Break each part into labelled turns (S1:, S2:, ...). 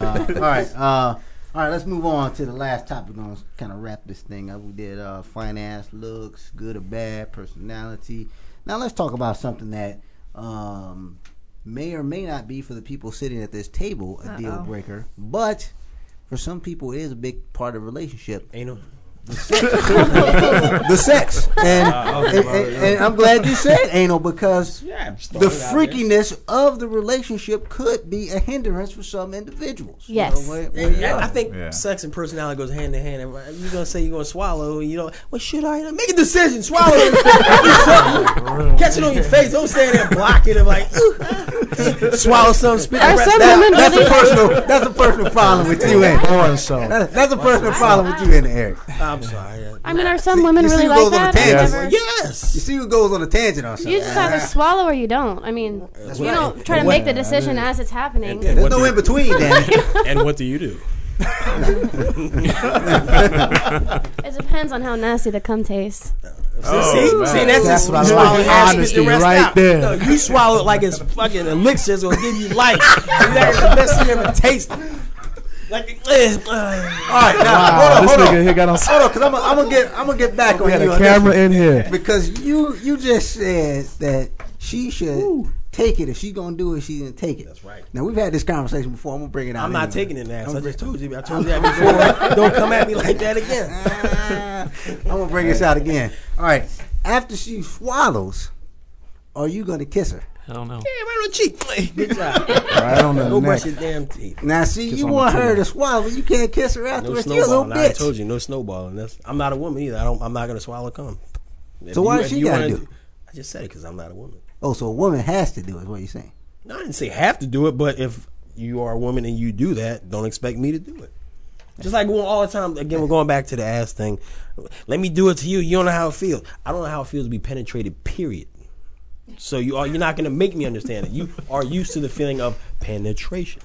S1: all right. Uh, all right, let's move on to the last topic. We're gonna kind of wrap this thing up. We did uh, finance, looks, good or bad, personality. Now let's talk about something that um, may or may not be for the people sitting at this table a deal
S2: Uh-oh.
S1: breaker, but for some people it is a big part of relationship.
S3: Anal.
S1: the sex, and,
S3: Uh, okay,
S1: and,
S3: well,
S1: and- and I'm glad you said anal because
S3: Yeah, just throw
S1: the
S3: it out there.
S1: freakiness of the relationship could be a hindrance for some individuals. You
S2: Yes.
S1: know, where-
S3: And I- I think
S4: Yeah.
S3: sex and personality goes hand in hand. And You're gonna say you're gonna swallow. You know, well, should I make a decision? Swallow it. Do something. Catch it on your face. Don't stand there blocking it and like "Ooh, ah." swallow something. Spit
S2: Are
S3: the rest
S2: some
S3: out.
S2: women
S1: that's a
S2: really?
S1: personal that's a personal problem with you, Eric.
S4: Or so.
S1: That- That's a personal problem with you, and Eric.
S3: I'm sorry.
S2: I mean, are some
S1: See-
S2: women
S1: you see
S2: really
S1: who goes
S2: like
S1: on
S2: that?
S1: the
S2: I
S4: tangent.
S2: never-
S1: You
S3: Yes.
S1: see who goes on a tangent on something.
S2: You just either swallow or you don't. I mean, you
S1: right.
S2: don't try to make the decision as it's happening.
S5: And- and
S1: There's
S5: what
S1: no
S5: do-
S1: in between, Danny.
S5: And what do you do?
S2: It depends on how nasty the cum tastes.
S3: see, see,
S4: Oh, man.
S3: that's,
S4: That's
S3: just
S4: what I
S3: swallow
S4: like.
S3: it out, spit
S4: Honesty
S3: the rest
S4: right
S3: out.
S4: there.
S3: No, you swallow it like it's fucking elixir. It's gonna give you life. That's the best you ever tasted. Like, eh, uh,
S1: All right, now
S4: Wow,
S1: hold on,
S4: this
S1: hold
S4: nigga
S1: on.
S4: here got on.
S1: Hold on, because I'm gonna get I'm gonna get back
S4: We
S1: on
S4: had
S1: you
S4: a
S1: on this
S4: camera in here.
S1: because you you just said that she should take it if she's gonna do it. She didn't take it. That's
S3: right.
S1: Now we've had this conversation before. I'm gonna bring it out.
S3: I'm not
S1: anyway.
S3: taking it now.
S1: I'm
S3: I
S1: bring-
S3: just told you. I told you that before. Don't come at me like that again.
S1: Ah, I'm gonna bring this out again. All right, after she swallows, are you gonna kiss her?
S6: I don't know.
S3: Yeah, right on the cheek. Good job.
S4: Right on the
S3: Go brush
S4: neck.
S3: your damn teeth.
S1: Now, see, you
S4: on the
S1: want her
S4: tongue.
S1: to swallow, you can't kiss her
S3: No
S1: afterwards. you a little
S3: snowballing. I
S1: bitch.
S3: told you, no snowballing. That's, I'm not a woman either. I don't. I'm not gonna swallow cum. If
S1: So why
S3: you-
S1: does
S3: if
S1: she
S3: you
S1: gotta
S3: wanna
S1: do
S3: do-
S1: it?
S3: I just said it because I'm not a woman.
S1: Oh, so a woman has to do it. Is what you saying?
S3: No, I didn't say have to do it, but if you are a woman and you do that, don't expect me to do it. Just like going all the time. Again, we're going back to the ass thing. Let me do it to you. You don't know how it feels. I don't know how it feels to be penetrated. Period. So you are. You're not gonna make me understand it. You are used to the feeling of penetration.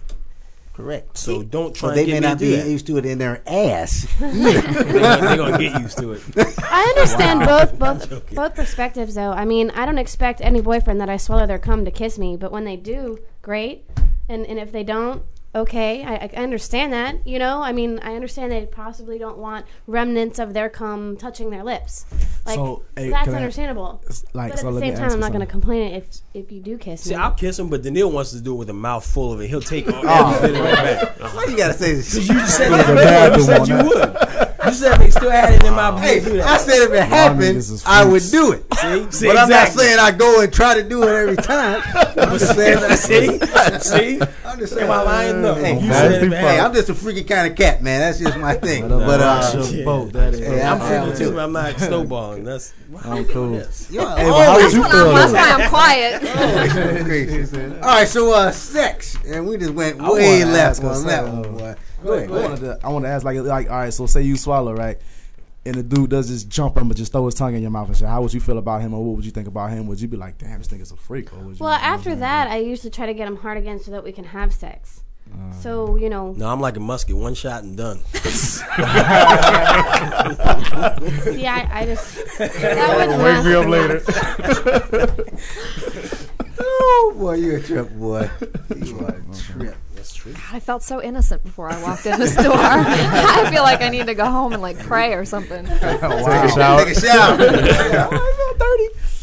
S1: Correct.
S3: So don't
S1: So
S3: try and
S1: they
S3: get
S1: may
S3: me
S1: not
S3: to
S1: be
S3: do that.
S1: used to it in their ass.
S3: They're gonna get used to it.
S2: I understand both both both perspectives though. I mean, I don't expect any boyfriend that I swallow their cum to kiss me, but when they do, great. And and if they don't, okay. I, I understand that. You know, I mean, I understand they possibly don't want remnants of their cum touching their lips. Like
S4: So, hey,
S2: that's
S4: can I-
S2: understandable.
S4: It's Like,
S2: but at
S4: so
S2: the
S4: let me
S2: same time,
S4: ask
S2: I'm
S4: you
S2: not going to
S4: something.
S2: complain if if you do kiss
S3: See,
S2: me.
S3: I'll kiss him, but Daniil wants to do it with a mouth full of it. He'll take all everything in the back.
S1: Why you gotta say this?
S3: You just said
S4: Like Ah, a
S3: that. You
S4: bathroom
S3: said
S4: on
S3: you
S4: that.
S3: would. You said they still had it in my
S1: Hey,
S3: do
S1: I
S3: that.
S1: said if it happened,
S4: niggas is
S1: I would
S4: freaks.
S1: do it.
S3: See, see,
S1: but I'm not
S3: exactly.
S1: saying I go and try to do it every time. I'm just saying. I
S3: See, see.
S1: I'm just
S3: Am I lying? No.
S1: Hey,
S3: You
S4: that's
S3: said it,
S4: the
S3: man.
S1: Hey, I'm just a freaky kind of cat, man. That's just my thing. but
S4: Watch
S1: uh,
S4: your boat, that is.
S1: yeah,
S3: I'm
S1: I'm
S3: freaking
S1: too.
S3: too. I'm not snowballing. That's
S4: I'm cool.
S1: you're
S4: Hey, but how would
S1: always
S4: you
S7: That's, what
S4: feel?
S7: I'm, that's
S4: though?
S7: why I'm quiet.
S1: crazy. All right, so uh, sex, and we just went
S4: I
S1: way
S4: wanna
S1: left
S4: ask us
S1: on that
S4: something,
S1: one.
S4: though.
S1: Boy. Go
S4: Go
S1: ahead, go
S4: I,
S1: ahead.
S4: wanted to, I want to ask, like, like, all right, so say you swallow, right? And the dude does this jump up and just throw his tongue in your mouth and shit. How would you feel about him, or what would you think about him? Would you be like, damn, this nigga's a freak? Or would you,
S2: well, after that, I usually try to get them hard again so that we can have sex.
S4: Uh.
S2: So you know,
S3: no. I'm like a musket, one shot and done.
S2: see, I, I just that would
S4: wake me up
S2: mess.
S4: later.
S1: Oh boy, you a trip, boy. You a trip.
S7: I felt so innocent before I walked in the store. I feel like I need to go home and like pray or something.
S4: Take a shower.
S1: Take a shower. Yeah.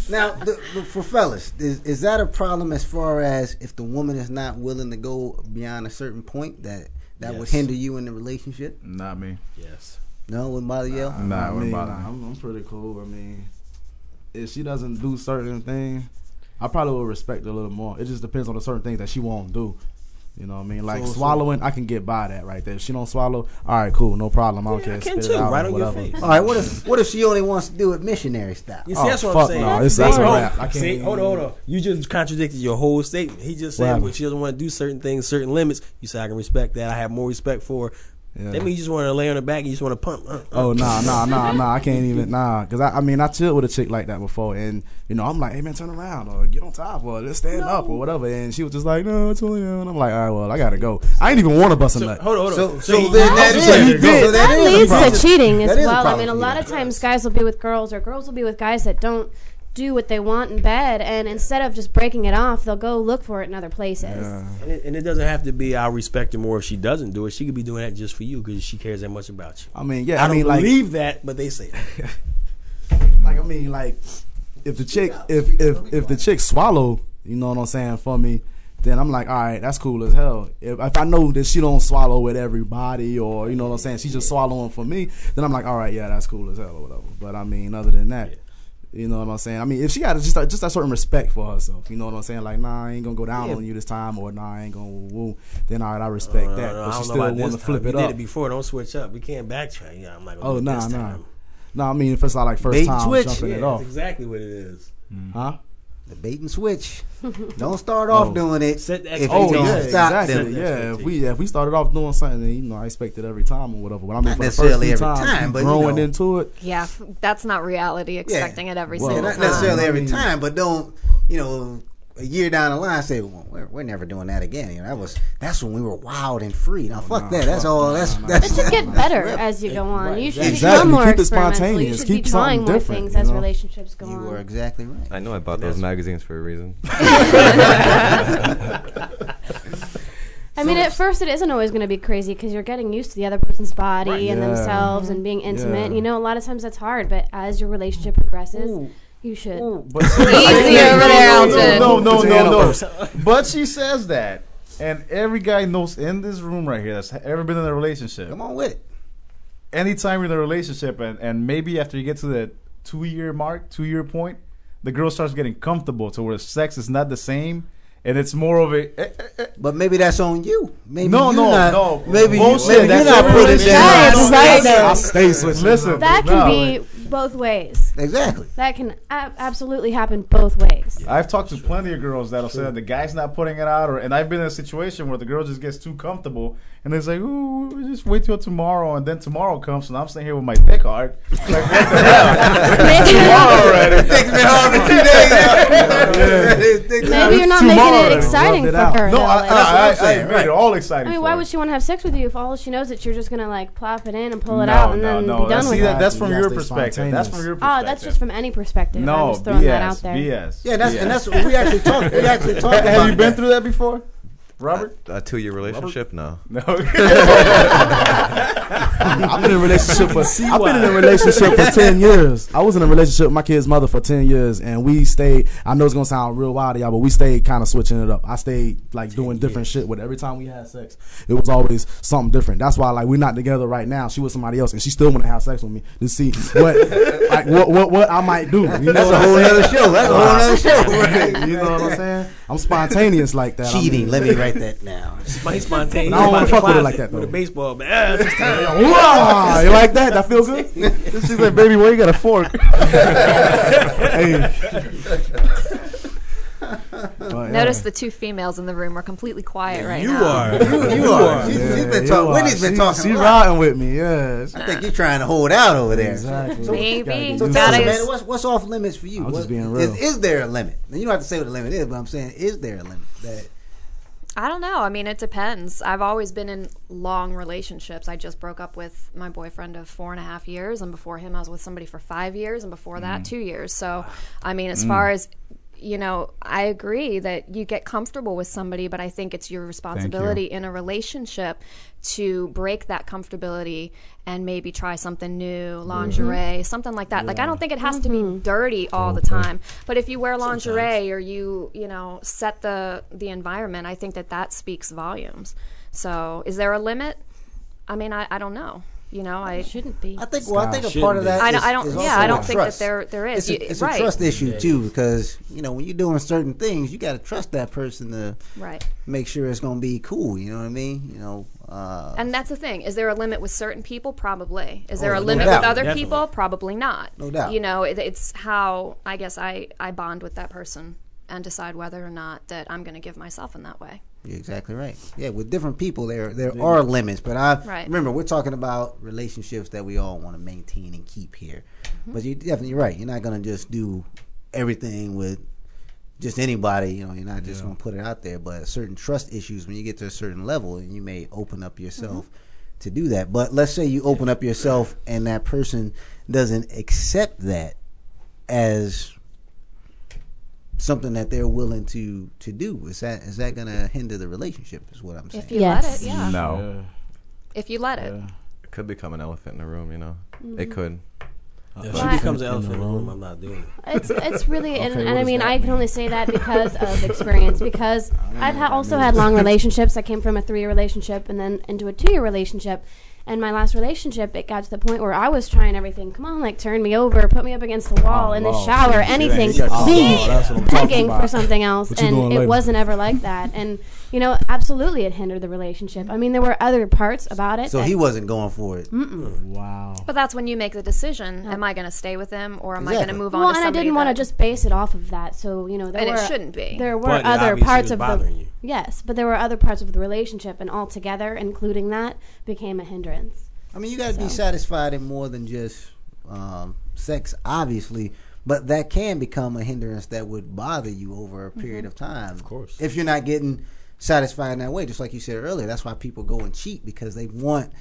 S1: Now, the, the, for fellas, is, is that a problem as far as if the woman is not willing to go beyond a certain point that that would
S3: Yes.
S1: hinder you in the relationship?
S4: Not me.
S3: Yes.
S1: No, with Mother Yell?
S4: I
S5: Nah, what
S4: mean,
S5: about
S4: nah, I'm, I'm pretty cool. I mean, if she doesn't do certain things, I probably will respect her a little more. It just depends on the certain things that she won't do. You know what I mean? Like
S1: So- so-
S4: swallowing, I can get by that right there. If she don't swallow, all right, cool, no problem. I don't
S3: Yeah, I
S4: care.
S3: can
S4: spit
S3: too,
S4: it out,
S3: right on your
S4: whatever.
S3: face.
S1: All right, what if what if she only wants to do it missionary style?
S3: You see,
S4: Oh,
S3: that's what I'm
S4: fuck
S3: saying.
S4: no, it's- that's a
S3: Hold on.
S4: wrap. I can't
S3: See,
S4: even-
S3: hold on, hold on. You just contradicted your whole statement. He just
S4: What
S3: said
S4: happened?
S3: when she doesn't want to do certain things, certain limits. You say I can respect that. I have more respect for. her."
S4: Yeah.
S3: That means you just want to lay on the back and you just want to pump. Uh, uh.
S4: Oh nah nah nah nah! I can't even nah, cause I, I mean I chilled with a chick like that before, and you know I'm like, hey man, turn around or get on top or let's stand up or whatever, and she was just like, no, it's only on. I'm like, all right, well, I gotta go. I ain't even want to bust a nut.
S3: Hold on, hold
S1: So,
S3: on.
S1: so,
S3: you-
S1: then that is
S4: So you
S1: so
S4: did.
S1: that
S2: that
S1: is a
S2: leads
S1: problem.
S2: to cheating
S1: That
S2: as
S1: is a
S2: well. I
S1: problem.
S2: mean, a lot of times guys will be with girls, or girls will be with guys that don't do what they want in bed, and instead of just breaking it off, they'll go look for it in other places.
S3: And it, and it doesn't have to be I respect her more if she doesn't do it. She could be doing that just for you because she cares that much about you.
S4: I mean, yeah,
S3: I,
S4: I,
S3: don't
S4: mean, like,
S3: believe that, but they say it.
S4: like I mean, like if the chick, if if if the chick swallow, you know what I'm saying for me, then I'm like, all right, that's cool as hell. If, if I know that she don't swallow with everybody, or you know what I'm saying, she's just swallowing for me, then I'm like, all right, yeah, that's cool as hell or whatever. But I mean, other than that. You know what I'm saying? I mean, if she got just a, just a certain respect for herself, you know what I'm saying? Like, nah, I ain't gonna go down
S3: Yeah.
S4: on you this time, or nah, I ain't gonna woo. Then all right, I respect
S3: No, no, no, I
S4: that, but
S3: don't
S4: she
S3: know
S4: still
S3: about
S4: want to
S3: this
S4: flip
S3: time.
S4: it
S3: You did
S4: up.
S3: it before. Don't switch up. We can't backtrack. Yeah, I'm like,
S4: oh
S3: no,
S4: nah,
S3: this
S4: nah,
S3: time.
S4: nah. I mean, if it's not like first
S1: Bait and
S4: time
S1: switch.
S4: jumping
S3: Yeah,
S4: it
S3: that's
S4: off,
S3: exactly what it is.
S4: huh?
S1: The bait and switch. Don't start off
S4: Oh.
S1: doing it.
S3: Set the
S1: if
S4: Oh
S1: you don't
S3: expectations.
S4: yeah,
S1: stop
S4: exactly.
S1: them.
S3: them.
S4: Yeah, if we yeah, if we started off doing something, then, you know, I expect it every time or whatever. But I mean,
S1: Not
S4: for the first
S1: necessarily
S4: few
S1: every
S4: times,
S1: time,
S4: you
S1: but, you
S4: growing
S1: know.
S4: into it.
S7: Yeah, f- that's not reality. Expecting it every
S4: Well,
S1: Yeah,
S7: single
S1: not
S7: time.
S1: necessarily every
S4: Mm.
S1: time, but don't you know? A year down the line, say, well, we're, we're never doing that again. You know, that was that's when we were wild and free. Now, fuck
S4: nah,
S1: that. That's
S4: fuck
S1: all.
S4: nah,
S1: That's
S4: nah,
S1: that's.
S2: It should get better as you go on. You should become more
S4: Keep it
S2: experimental. You
S4: spontaneous.
S2: should
S4: Keep
S2: be
S4: something
S2: trying more
S4: different,
S2: things
S4: you
S2: as
S4: know?
S2: relationships go
S1: you
S2: on.
S1: were exactly right.
S5: I know I bought those magazines for a reason.
S2: I mean, at first, it isn't always going to be crazy because you're getting used to the other person's body and
S4: Yeah.
S2: themselves and being intimate.
S4: Yeah.
S2: You know, a lot of times that's hard, but as your relationship progresses, you should.
S4: But
S7: Easy over there, Elton.
S6: No, no,
S4: It's
S6: no,
S4: animals.
S6: no. But she says that, and every guy knows in this room right here that's ever been in a relationship.
S1: Come on with it.
S6: Anytime you're in a relationship, and, and maybe after you get to the two year mark, two year point, the girl starts getting comfortable to where sex is not the same, and it's more of a. eh, eh, eh.
S1: But maybe that's on you. Maybe
S6: No,
S1: you
S6: no,
S1: not,
S6: no.
S1: Maybe you,
S6: Bullshit,
S1: maybe you're
S6: that's
S1: not
S6: every
S1: putting
S6: relationship.
S1: that.
S6: Yes,
S1: on.
S6: right
S4: there.
S6: I
S4: stay switching.
S6: Listen,
S2: That can
S6: no.
S2: be both ways.
S1: Exactly.
S2: That can ab- absolutely happen both ways.
S6: I've talked to plenty of girls that'll say that the guy's not putting it out, or and I've been in a situation where the girl just gets too comfortable and it's like, "Ooh, we just wait till tomorrow," and then tomorrow comes and I'm sitting here with my dick hard. Like, what the hell? already.
S1: Takes me hard for two days.
S2: Maybe you're not making
S6: tomorrow.
S2: it exciting
S4: Rubbed it
S2: for
S4: out.
S2: her.
S6: No,
S2: though.
S6: I,
S2: Like,
S1: what
S6: I,
S1: I'm
S6: I, I,
S1: saying,
S6: made
S1: right.
S6: it all exciting.
S2: I mean,
S6: for
S2: why
S6: her.
S2: would she want to have sex with you if all she knows that you're just gonna like plop it in and pull
S6: No,
S2: it out and
S6: no,
S2: then
S6: no.
S2: be done
S6: See,
S2: with
S6: that,
S2: it?
S6: that's from
S4: You
S6: your
S4: gotta stay
S6: perspective. That's from your
S2: Oh,
S6: perspective.
S2: that's just from any perspective. I'm
S6: no
S2: just throwing
S6: BS.
S2: that out there.
S6: BS.
S1: Yeah, that's
S6: BS.
S1: and that's we actually talked. We actually talked.
S6: Ha-
S1: about
S6: Have you been
S1: that.
S6: through that before, Robert?
S5: A, a two-year relationship? No.
S6: No.
S4: I've been in a relationship for I've been in
S3: why.
S4: a relationship for ten years. I was in a relationship with my kid's mother for ten years, and we stayed. I know it's gonna sound real wild, to y'all, but we stayed kind of switching it up. I stayed like doing different shit. With every time we had sex, it was always something different. That's why like we're not together right now. She with somebody else, and she still want to have sex with me to see what like what what what I might do. You know
S1: That's
S4: what
S1: a
S4: I'm
S1: whole
S4: saying?
S1: other show. That's a whole other show.
S4: You know what I'm saying? I'm spontaneous like that. I
S1: Cheating.
S4: mean-
S1: Let me write that down.
S3: My spontaneous.
S4: I don't
S3: about
S4: wanna
S3: to
S4: fuck with it
S3: closet
S4: like that,
S3: With a
S4: though.
S3: baseball bat. Ah, it's time.
S4: Wow, you like that? That feel good.
S6: She's like, baby, why you got a fork?
S4: hey. But,
S7: Notice the two females in the room are completely quiet right
S3: you
S7: now.
S3: are.
S1: You, you are. She,
S4: yeah,
S1: has been
S4: you
S1: talking.
S4: are.
S1: Whitney's been
S4: She-
S1: talking.
S4: She
S1: a lot.
S4: riding with me. Yeah.
S1: I think you're trying to hold out over there.
S4: Exactly.
S7: Maybe.
S4: So
S1: So
S4: you
S1: tell
S7: Gotta-
S1: us, man, what's, what's off limits for you?
S4: I was
S1: What-
S4: just being
S1: Is,
S4: real.
S1: is there a limit? And you don't have to say what the limit is, but I'm saying, is there a limit? That
S7: I don't know. I mean, it depends. I've always been in long relationships. I just broke up with my boyfriend of four and a half years, and before him, I was with somebody for five years, and before that, two years. So, I mean, as far as you know, I agree that you get comfortable with somebody, but I think it's your responsibility in a relationship to break that comfortability and maybe try something new, lingerie, something like that. Like I don't think it has to
S2: Mm-hmm.
S7: be dirty all the time, but if you wear lingerie or you, you know, set the the environment, I think that that speaks volumes. So, is there a limit? I mean, I, I don't know. You know, I
S2: Shouldn't be.
S1: I think. Well, I think a
S3: shouldn't
S1: part of
S3: be.
S1: that.
S7: I don't-
S1: is-
S7: I don't-
S1: is
S7: yeah,
S1: also
S7: I don't
S1: a
S7: think that
S1: trust.
S7: there- there is.
S1: It's,
S7: You-
S1: a, it's
S7: right.
S1: a trust issue too, because you know when you're doing certain things, you got to trust that person to
S7: right.
S1: make sure it's going to be cool. You know what I mean? You know. Uh,
S7: And that's the thing. Is there a limit with certain people? Probably. Is there
S1: Oh,
S7: a
S1: no
S7: limit
S1: doubt.
S7: with other
S3: Definitely.
S7: people? Probably not.
S1: No doubt.
S7: You know, it, it's how I guess I I bond with that person and decide whether or not that I'm going to give myself in that way.
S1: You're exactly right. Yeah, with different people, there there are limits, but I
S7: Right.
S1: remember we're talking about relationships that we all want to maintain and keep here.
S7: Mm-hmm.
S1: But you're definitely right. You're not gonna just do everything with just anybody. You know, you're not just gonna put it out there. But certain trust issues, when you get to a certain level, and you may open up yourself
S7: Mm-hmm.
S1: to do that. But let's say you open up yourself, and that person doesn't accept that as something that they're willing to to do. Is that is that going to hinder the relationship? Is what I'm saying.
S7: If you
S2: Yes.
S7: let it, yeah.
S6: No.
S7: If you let it.
S6: Yeah.
S5: It could become an elephant in the room, you know?
S6: Mm-hmm.
S5: It could.
S3: If she
S2: Right.
S3: becomes an elephant in the room, I'm not doing it.
S2: It's it's really, and,
S4: Okay, what
S2: and I
S4: does
S2: mean,
S4: that
S2: I can only say that because of experience. Because I've ha- also had long relationships. I came from a three year relationship and then into a two year relationship. And my last relationship, it got to the point where I was trying everything. Come on, like turn me over, put me up against the wall, in the
S4: Lord.
S2: shower, anything. Be
S4: Oh, that's what I'm talking
S2: begging
S4: about.
S2: for something else,
S4: What you
S2: and
S4: doing
S2: it
S4: later?
S2: wasn't ever like that. And you know, absolutely, it hindered the relationship. I mean, there were other parts about it.
S1: So
S2: that-
S1: he wasn't going for it.
S4: Wow.
S7: But that's when you make the decision: Am I going to stay with him, or am I going
S1: Exactly.
S7: to move on?
S2: well,
S7: to
S2: and I
S7: somebody
S2: didn't want to
S7: that-
S2: just base it off of that. So you know, there
S7: And
S2: were
S7: it shouldn't be.
S2: There were
S3: But it
S2: other
S3: obviously
S2: parts
S3: was
S2: of the
S3: bothering you.
S2: yes, but there were other parts of the relationship, and altogether, including that, became a hindrance.
S1: I mean, you got to be satisfied in more than just um, sex, obviously. But that can become a hindrance that would bother you over a
S7: Mm-hmm.
S1: period of time. Of
S3: course.
S1: If you're not getting satisfied in that way, just like you said earlier, that's why people go and cheat because they want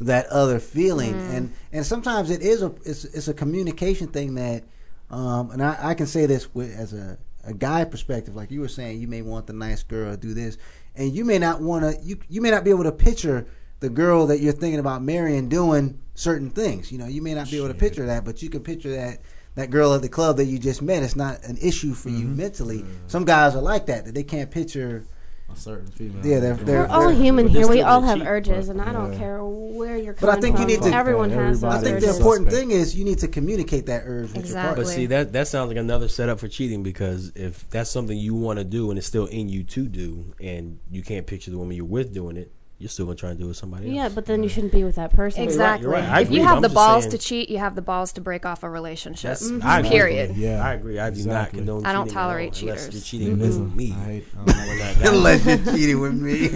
S1: that other feeling.
S7: Mm-hmm.
S1: And and sometimes it is a it's, it's a communication thing that, um, and I, I can say this with, as a a guy perspective, like you were saying, you may want the nice girl, do this, and you may not want to. You you may not be able to picture the girl that you're thinking about marrying doing certain things. You know, you may not be able to picture that, but you can picture that that girl at the club that you just met. It's not an issue for you mentally. Some guys are like that that they can't picture.
S4: A certain female.
S1: Yeah, they're- they're-
S2: We're all
S1: they're-
S2: human
S3: But
S2: here.
S3: that's
S2: We
S3: still
S2: all
S3: the
S2: have
S3: cheat
S2: urges,
S3: part.
S2: and I don't
S4: Yeah.
S2: care where you're
S1: But I
S2: coming
S1: think you
S2: from.
S1: need to-
S2: Everyone
S4: Yeah,
S2: has those
S1: I
S4: everybody-
S1: think
S4: There's
S1: the
S4: a
S2: urges.
S1: important
S4: suspect.
S1: thing is you need to communicate that urge with your partner.
S7: Exactly.
S3: But see, that that sounds like another setup for cheating because if that's something you want to do and it's still in you to do, and you can't picture the woman you're with doing it, you're still gonna try and do it with somebody else.
S2: Yeah, but then you shouldn't be with that person.
S7: Exactly.
S3: you're right. I
S7: If
S3: agree,
S7: you
S3: but
S7: have
S3: I'm
S7: the
S3: just
S7: balls
S3: saying-
S7: to cheat, you have the balls to break off a relationship. Mm-hmm.
S3: That's- I agree.
S7: Period.
S4: Yeah.
S3: I agree. I do
S4: Exactly.
S3: not condone.
S7: I don't
S3: cheating at all
S7: tolerate
S3: unless
S7: cheaters.
S3: You're cheating with me.
S4: I, I don't know what that
S1: Unless you're cheating with me,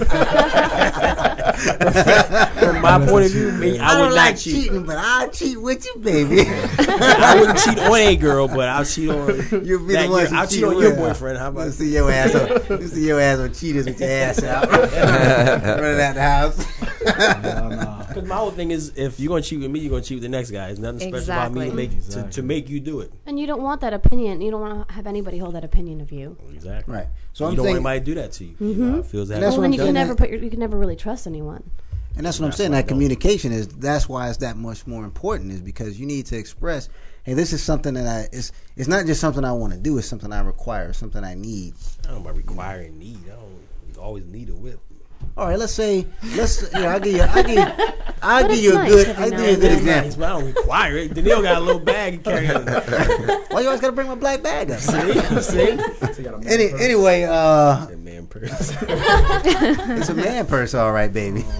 S3: From my point of view, me, I,
S1: I
S3: would
S1: don't
S3: not
S1: like
S3: cheat.
S1: cheating, but I'll cheat with you, baby.
S3: I wouldn't cheat on a girl, but I'll cheat on.
S1: You'll be
S3: that
S1: the one.
S3: girl. I'll
S1: to
S3: cheat on
S1: with.
S3: your boyfriend. How
S1: You
S3: about?
S1: see your ass on, you see your ass on cheaters with your ass out, running out the house.
S3: Because my whole thing is, if you're gonna cheat with me, you're gonna cheat with the next guy. There's nothing special about me to
S7: Exactly.
S3: make to, to make you do it.
S2: And you don't want that opinion. You don't want to have anybody hold that opinion of you.
S3: Exactly.
S1: Right. So
S3: So you
S1: I'm
S3: don't want
S1: saying,
S3: anybody to do that to you. You know, it feels that.
S1: That's
S2: well,
S1: what
S2: then
S1: I'm
S2: you can
S1: saying.
S2: never put your, you can never really trust anyone.
S1: and that's what I'm
S3: That's
S1: saying.
S3: why I
S1: That
S3: don't.
S1: communication is that's why it's that much more important is because you need to express, hey, this is something that I it's it's not just something I want to do. It's something I require. Something I need.
S3: I don't know about requiring need. I don't always need a whip.
S1: All right, let's say let's you know, I'll give you I'll give you, I'll
S2: But
S1: give
S2: it's
S1: you a
S2: nice
S1: good
S2: every
S1: I'll
S2: now
S1: give you a good
S2: and then.
S1: example.
S3: Nice, but I don't require it. Danielle got a little bag carrying.
S1: Why you always gotta bring my black bag up?
S3: See, see,
S1: Any, anyway, uh,
S3: That man purse.
S1: it's a man purse, all right, baby.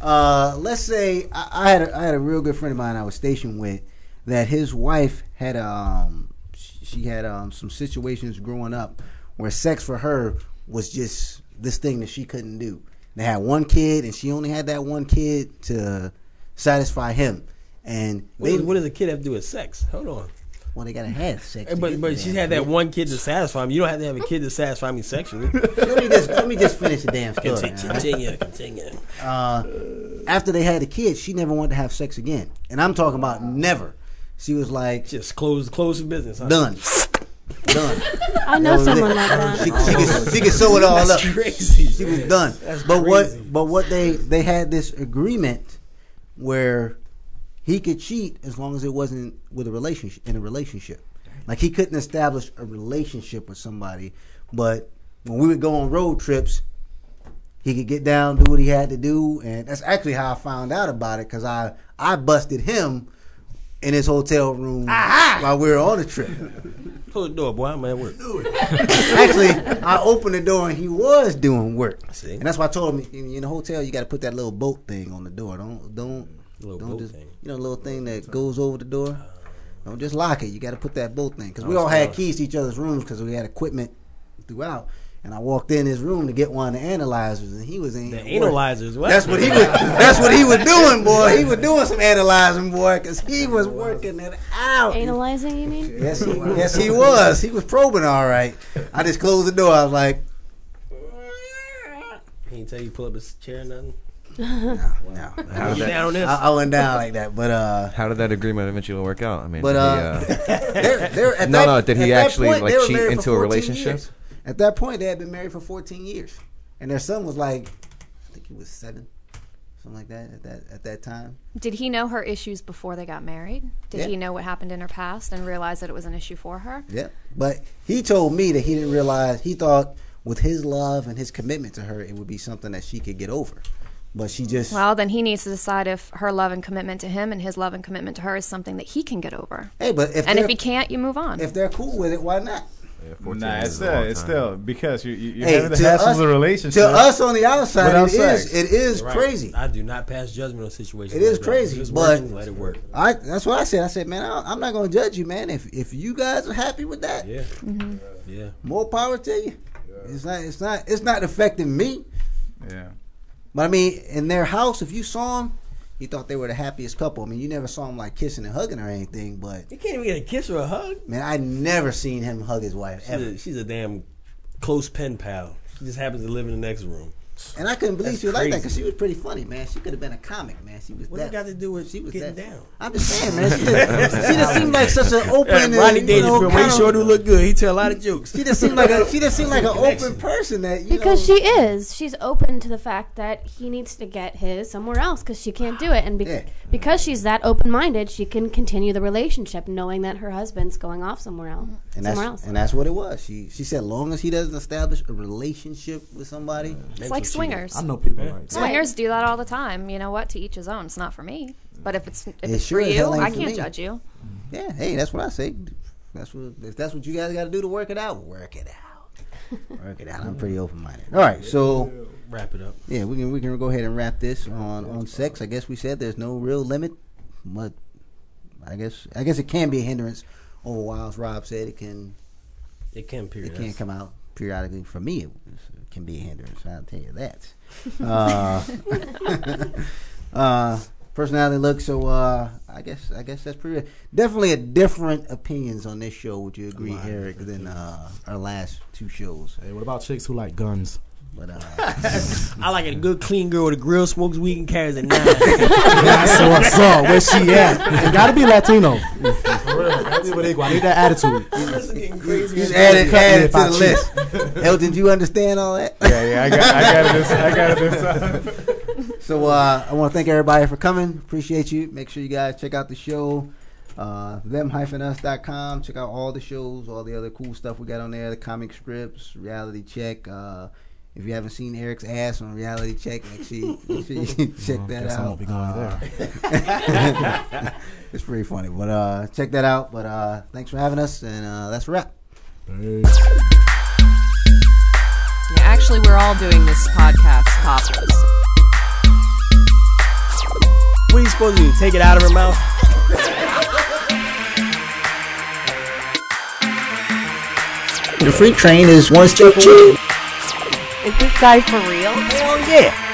S1: uh, let's say I, I had a, I had a real good friend of mine I was stationed with that his wife had um sh- she had um some situations growing up where sex for her was just this thing that she couldn't do. They had one kid, and she only had that one kid to satisfy him. And
S3: What,
S1: they,
S3: does- what does a kid have to do with sex? Hold on.
S1: well, they gotta have sex. to
S3: But
S1: get
S3: but
S1: there.
S3: she had that one kid to satisfy me. You don't have to have a kid to satisfy me sexually.
S1: Let me just let me just finish the damn story. all right?
S3: continue, continue.
S1: after they had the kids, she never wanted to have sex again. And I'm talking about never. She was like,
S3: Just close close the business. Huh?
S1: done. done.
S2: I know someone like that.
S1: She, she, could, she could sew it all up.
S3: That's crazy.
S1: She was done.
S3: That's
S1: but
S3: crazy.
S1: what but what they they had this agreement where he could cheat as long as it wasn't with a relationship in a relationship. Like he couldn't establish a relationship with somebody, but when we would go on road trips, he could get down, do what he had to do, and that's actually how I found out about it because I I busted him in his hotel room while we were on the trip.
S3: Close the door, boy. I'm at work.
S1: Actually, I opened the door and he was doing work.
S3: See?
S1: And that's why I told him in, in the hotel you got to put that little boat thing on the door. Don't don't
S3: Little
S1: don't
S3: boat
S1: just
S3: thing. Uh.
S1: you know little thing that goes over the door. Don't just lock it. You got to put that boat thing because
S3: Oh,
S1: we all had keys to each other's rooms because we had equipment throughout. And I walked in his room to get one of the analyzers, and he was in
S3: The
S1: here working.
S3: analyzers. What?
S1: That's what he was. That's what he was doing, boy. He was doing some analyzing, boy, because he was working it out.
S2: Analyzing, you mean?
S1: Yes, he, yes, he was. He was probing all right. I just closed the door. I was like,
S3: He didn't tell you to pull up his chair or nothing.
S1: No.
S5: How did
S3: You
S5: that?
S3: down on this?
S1: I, I went down like that, but uh,
S5: How did that agreement eventually work out? I mean,
S1: But,
S5: did
S1: uh,
S5: he, uh,
S1: they're, they're, at
S5: No,
S1: that,
S5: no, did he
S1: at that
S5: actually,
S1: point,
S5: like,
S1: they were
S5: cheat
S1: married for
S5: into a
S1: 14
S5: relationship?
S1: years. At that point, they had been married for 14 years, and their son was like, I think he was seven, something like that at that at that time.
S7: Did he know her issues before they got married? Did
S1: Yeah.
S7: he know what happened in her past and realize that it was an issue for her?
S1: Yeah, but he told me that he didn't realize he thought with his love and his commitment to her, it would be something that she could get over, but she just
S7: Well, then he needs to decide if her love and commitment to him and his love and commitment to her is something that he can get over.
S1: hey, but if
S7: And
S1: they're,
S7: if he can't, you move on.
S1: if they're cool with it, why not?
S5: yeah, 14
S6: Nah,
S5: years
S6: it's
S5: is a
S6: still,
S5: long
S6: it's
S5: time.
S4: Uh,
S6: still because you, you, you're
S1: Hey,
S6: having the hassles of the relationship.
S1: to us on the outside,
S6: Without
S1: it is
S6: sex.
S1: it is
S3: Right.
S1: crazy.
S3: I do not pass judgment on
S1: It
S3: situations.
S1: is
S3: like that.
S1: crazy,
S3: If it's
S1: but-
S3: working, let it work.
S1: I that's what I said. I said, man, I, I'm not gonna judge you, man. If if you guys are happy with that,
S3: Yeah, yeah.
S1: more power to you. It's not it's not it's not affecting me.
S6: Yeah.
S1: But I mean, in their house, if you saw them, you thought they were the happiest couple. I mean, you never saw them like kissing and hugging or anything. But
S3: You can't even get a kiss or a hug.
S1: man, I never seen him hug his wife
S3: She's
S1: ever,
S3: a, she's a damn close pen pal. She just happens to live in the next room.
S1: and I couldn't believe
S3: That's
S1: she was like that
S3: crazy.
S1: because she was pretty funny, man. She could have been a comic, man. She was
S3: What
S1: that.
S3: that got to do with
S1: she was
S3: getting
S1: that-
S3: down?
S1: I'm just saying, man. She just, she just seemed like such an open.
S3: And Rodney
S1: and, you know,
S3: Dangerfield, when he
S1: kinda-
S3: sure do look good, he tell a lot of jokes.
S1: She just seemed like a she just seemed like an open
S3: Connection.
S1: person that you
S2: Because
S1: know,
S2: she is. She's open to the fact that he needs to get his somewhere else because she can't do it. And be-
S1: Yeah.
S2: because she's that open minded, she can continue the relationship knowing that her husband's going off somewhere else.
S1: and that's
S2: somewhere else.
S1: and that's what it was. She she said, long as he doesn't establish a relationship with somebody,
S7: it's like swingers.
S4: I know people like that.
S7: Swingers do that all the time. You know what? To each his own. It's not for me. But if it's if
S1: It
S7: it's
S1: sure
S7: for
S1: as hell
S7: you,
S1: ain't
S7: I
S1: for
S7: can't
S1: me.
S7: judge you.
S1: yeah, hey, that's what I say. That's what if that's what you guys got to do to work it out, work it out, work it out. I'm pretty open minded. All right, so
S3: Wrap it up.
S1: yeah, we can we can go ahead and wrap this on on sex. I guess we said there's no real limit, but I guess I guess it can be a hindrance. Over while, as Rob said, it can
S3: It can period.
S1: it can't come out periodically. For me, it it can be a hindrance. I'll tell you that. uh, uh, personality look. So uh, I guess I guess that's pretty. Definitely a different opinions on this show. Would you agree,
S3: lot of
S1: Eric, than uh, our last two shows?
S4: Hey, what about chicks who like guns?
S1: But uh,
S3: I like a good clean girl with a grill, smokes weed, and carries a knife.
S4: That's what's up. Where she at? It gotta be Latino. For real. Gotta be Boricua. I need that attitude.
S1: you just add it, add it
S4: If I
S1: to the list. Elton, do you understand all that?
S6: Yeah, yeah, I got, I got this. I got this.
S1: So uh, I want to thank everybody for coming. Appreciate you. Make sure you guys check out the show. Uh, them-us.com. Check out all the shows, all the other cool stuff we got on there, the comic strips, reality check. Uh, if you haven't seen Eric's ass on reality check, make sure you, make sure you check
S4: Well,
S1: that
S4: guess I won't
S1: out.
S4: be going there.
S1: It's pretty funny, but uh, check that out. But uh, thanks for having us, and uh, that's a wrap.
S4: Hey.
S8: Yeah, actually, we're all doing this podcast topless.
S3: what are you supposed to do? Take it out of her mouth?
S1: The Freak Train is one step
S8: Is this guy for real?
S1: Oh yeah.